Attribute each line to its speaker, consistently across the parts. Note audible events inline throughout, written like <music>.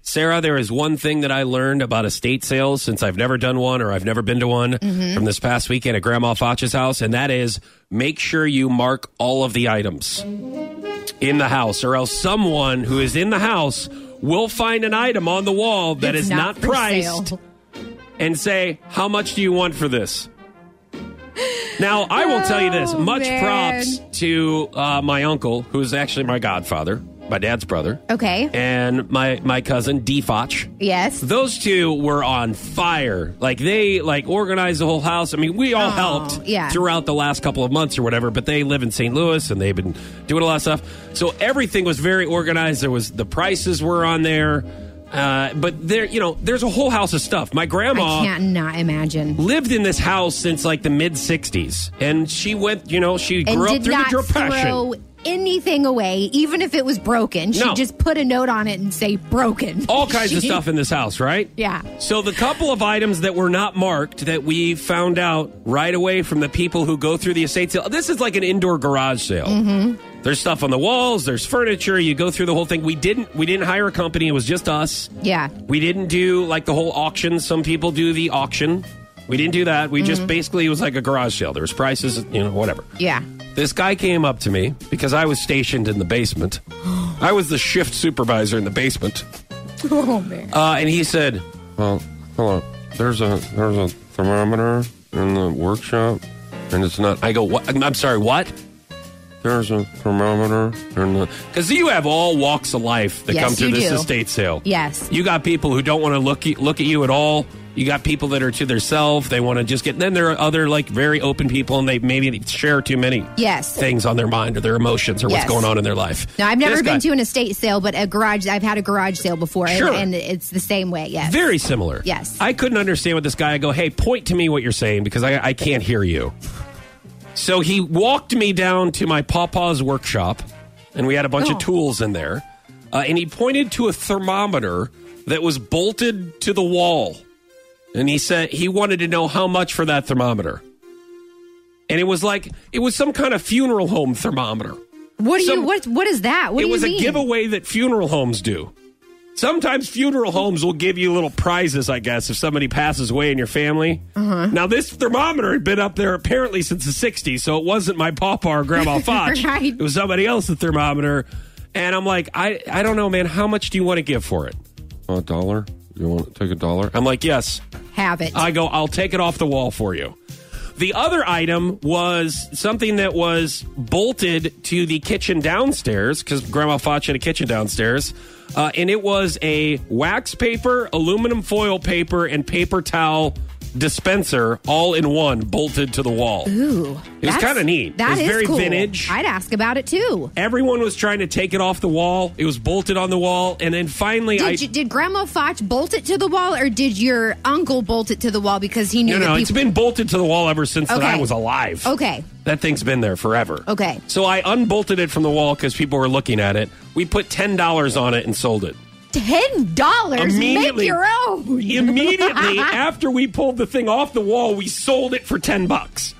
Speaker 1: Sarah, there is one thing that I learned about estate sales since I've never done one or I've never been to one
Speaker 2: Mm-hmm.
Speaker 1: from this past weekend at Grandma Foch's house, and that is make sure you mark all of the items in the house, or else someone who is in the house will find an item on the wall that
Speaker 2: It's
Speaker 1: is not,
Speaker 2: for
Speaker 1: priced
Speaker 2: sale.
Speaker 1: and say, How much do you want for this? Now, I will tell you this
Speaker 2: Oh,
Speaker 1: much
Speaker 2: man.
Speaker 1: props to uh, my uncle, who's actually my godfather, my dad's brother,
Speaker 2: Okay.
Speaker 1: and my, my cousin, D Foch.
Speaker 2: yes.
Speaker 1: Those two were on fire. Like they like organized the whole house. I mean, we all helped
Speaker 2: Oh, yeah.
Speaker 1: throughout the last couple of months or whatever, but they live in St. Louis and they've been doing a lot of stuff. So everything was very organized. There was the prices were on there. Uh, but there, you know, there's a whole house of stuff. My
Speaker 2: I
Speaker 1: grandma
Speaker 2: can't not imagine.
Speaker 1: lived in this house since like the mid '60s, and she went, you know, she
Speaker 2: And
Speaker 1: grew up
Speaker 2: did
Speaker 1: through
Speaker 2: not
Speaker 1: the depression.
Speaker 2: throw anything away, even if it was broken. She
Speaker 1: No.
Speaker 2: just put a note on it and say broken.
Speaker 1: all kinds of
Speaker 2: <laughs> She-
Speaker 1: stuff in this house, right?
Speaker 2: Yeah.
Speaker 1: So the couple of items that were not marked that we found out right away from the people who go through the estate sale. This is like an indoor garage sale.
Speaker 2: Mm-hmm.
Speaker 1: There's stuff on the walls. There's furniture. You go through the whole thing. We didn't. We didn't hire a company. It was just us.
Speaker 2: Yeah.
Speaker 1: We didn't do like the whole auction. Some people do the auction. We didn't do that. We
Speaker 2: Mm-hmm.
Speaker 1: just basically it was like a garage sale. There was prices, you know, whatever.
Speaker 2: Yeah.
Speaker 1: This guy came up to me because I was stationed in the
Speaker 2: <gasps>
Speaker 1: basement. I was the shift supervisor in the basement.
Speaker 2: <laughs> Oh man.
Speaker 1: Uh, and he said,
Speaker 3: Well, hello. There's a there's a thermometer in the workshop, and it's not.
Speaker 1: I go, what? I'm I'm sorry, what?
Speaker 3: There's a thermometer in the.
Speaker 1: Because you have all walks of life that
Speaker 2: Yes,
Speaker 1: come to
Speaker 2: you
Speaker 1: this
Speaker 2: do.
Speaker 1: estate sale.
Speaker 2: Yes.
Speaker 1: You got people who don't want to look look at you at all. You got people that are to themselves. They want to just get. Then there are other like very open people, and they maybe share too many
Speaker 2: Yes.
Speaker 1: things on their mind or their emotions or
Speaker 2: Yes.
Speaker 1: what's going on in their life.
Speaker 2: No, I've never
Speaker 1: This
Speaker 2: been
Speaker 1: guy-
Speaker 2: to an estate sale, but a garage. I've had a garage sale before, and-
Speaker 1: Sure.
Speaker 2: and, it's the same way. Yes.
Speaker 1: Very similar.
Speaker 2: Yes.
Speaker 1: I couldn't understand what this guy. I go, hey, point to me what you're saying because I, I can't hear you. So he walked me down to my papa's workshop, and we had a bunch
Speaker 2: Oh.
Speaker 1: of tools in there. Uh, and he pointed to a thermometer that was bolted to the wall. And he said he wanted to know how much for that thermometer. And it was like, it was some kind of funeral home thermometer
Speaker 2: what do you?
Speaker 1: some-
Speaker 2: What? What is that? What
Speaker 1: it
Speaker 2: do you
Speaker 1: was
Speaker 2: mean?
Speaker 1: a giveaway that funeral homes do. Sometimes funeral homes will give you little prizes, I guess, if somebody passes away in your family.
Speaker 2: Uh-huh.
Speaker 1: Now, this thermometer had been up there apparently since the 60s, so it wasn't my papa or
Speaker 2: <laughs>
Speaker 1: grandma Foch.
Speaker 2: Right.
Speaker 1: It was somebody else's thermometer. And I'm like, I, I don't know, man. How much do you want to give for it?
Speaker 3: A dollar? You want to take a dollar?
Speaker 1: I'm like, yes.
Speaker 2: Have it.
Speaker 1: I go, I'll take it off the wall for you. The other item was something that was bolted to the kitchen downstairs because Grandma Foch had a kitchen downstairs. Uh, and it was a wax paper, aluminum foil paper, and paper towel dispenser all in one bolted to the wall.
Speaker 2: Ooh,
Speaker 1: It was
Speaker 2: that's-
Speaker 1: kind of neat.
Speaker 2: That
Speaker 1: it was
Speaker 2: is
Speaker 1: very
Speaker 2: cool.
Speaker 1: vintage.
Speaker 2: I'd ask about it too.
Speaker 1: Everyone was trying to take it off the wall. It was bolted on the wall. And then finally,
Speaker 2: Did,
Speaker 1: I.
Speaker 2: you, did Grandma Foch bolt it to the wall, or did your uncle bolt it to the wall because he knew
Speaker 1: No,
Speaker 2: that
Speaker 1: no,
Speaker 2: people?
Speaker 1: it's been bolted to the wall ever since that I
Speaker 2: Okay.
Speaker 1: was alive.
Speaker 2: Okay.
Speaker 1: That thing's been there forever.
Speaker 2: Okay.
Speaker 1: So I unbolted it from the wall because people were looking at it. We put $10 on it and sold it.
Speaker 2: Ten dollars. Make
Speaker 1: Immediately-
Speaker 2: your
Speaker 1: <laughs>
Speaker 2: own. <laughs>
Speaker 1: Immediately after we pulled the thing off the wall, we sold it for 10 bucks.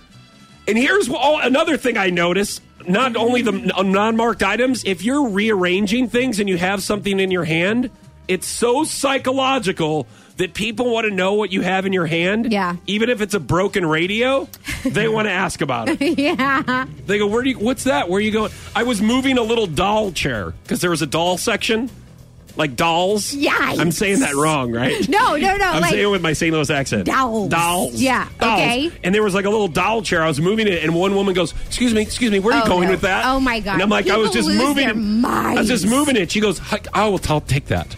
Speaker 1: And here's wh- all, another thing I noticed. Not only the non marked items, if you're rearranging things and you have something in your hand, it's so psychological that people want to know what you have in your hand.
Speaker 2: Yeah.
Speaker 1: Even if it's a broken radio, they want to ask about it.
Speaker 2: yeah.
Speaker 1: They go, where do you? What's that? Where are you going? I was moving a little doll chair because there was a doll section, like dolls.
Speaker 2: Yikes.
Speaker 1: I'm saying that wrong, right?
Speaker 2: <laughs> No, no, no.
Speaker 1: I'm
Speaker 2: like,
Speaker 1: saying it with my St. Louis accent.
Speaker 2: Dolls.
Speaker 1: Dolls.
Speaker 2: Yeah,
Speaker 1: Dolls.
Speaker 2: okay.
Speaker 1: And there was like a little doll chair. I was moving it, and one woman goes, "Excuse me, excuse me, where are you
Speaker 2: Oh,
Speaker 1: going
Speaker 2: no.
Speaker 1: with that?"
Speaker 2: Oh, my God.
Speaker 1: And I'm like, I was
Speaker 2: People
Speaker 1: just
Speaker 2: lose
Speaker 1: moving.
Speaker 2: their
Speaker 1: I was just
Speaker 2: minds.
Speaker 1: moving it. She goes, "I I will. I'll take that.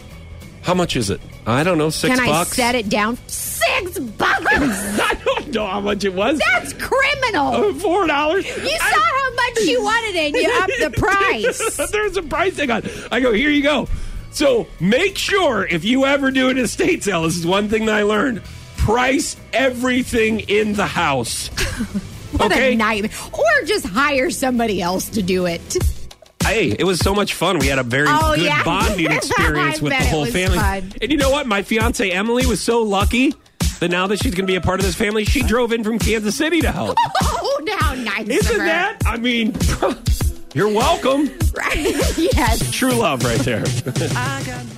Speaker 1: How much is it? I don't know. Six
Speaker 2: can I
Speaker 1: bucks.
Speaker 2: set it down? Six bucks.
Speaker 1: <laughs> I don't know how much it was. Uh,
Speaker 2: That's criminal.
Speaker 1: Four dollars.
Speaker 2: you saw how much you wanted it. You
Speaker 1: <laughs>
Speaker 2: upped the price.
Speaker 1: There's a price tag on. it. I go, here you go. So make sure if you ever do an estate sale, this is one thing that I learned. Price everything in the house.
Speaker 2: <laughs> What
Speaker 1: okay.
Speaker 2: a nightmare. Or just hire somebody else to do it. <laughs>
Speaker 1: Hey, it was so much fun. We had a very
Speaker 2: Oh,
Speaker 1: good
Speaker 2: yeah. <laughs>
Speaker 1: bonding experience
Speaker 2: I
Speaker 1: with the
Speaker 2: bet it
Speaker 1: whole
Speaker 2: was
Speaker 1: family.
Speaker 2: fun.
Speaker 1: And you know what? My fiance Emily was so lucky that now that she's going to be a part of this family, she drove in from Kansas City to
Speaker 2: <laughs>
Speaker 1: help.
Speaker 2: Oh, now nice.
Speaker 1: Isn't
Speaker 2: of her.
Speaker 1: that? I mean, <laughs> you're welcome.
Speaker 2: right? <laughs> yes.
Speaker 1: True love right there.
Speaker 4: I got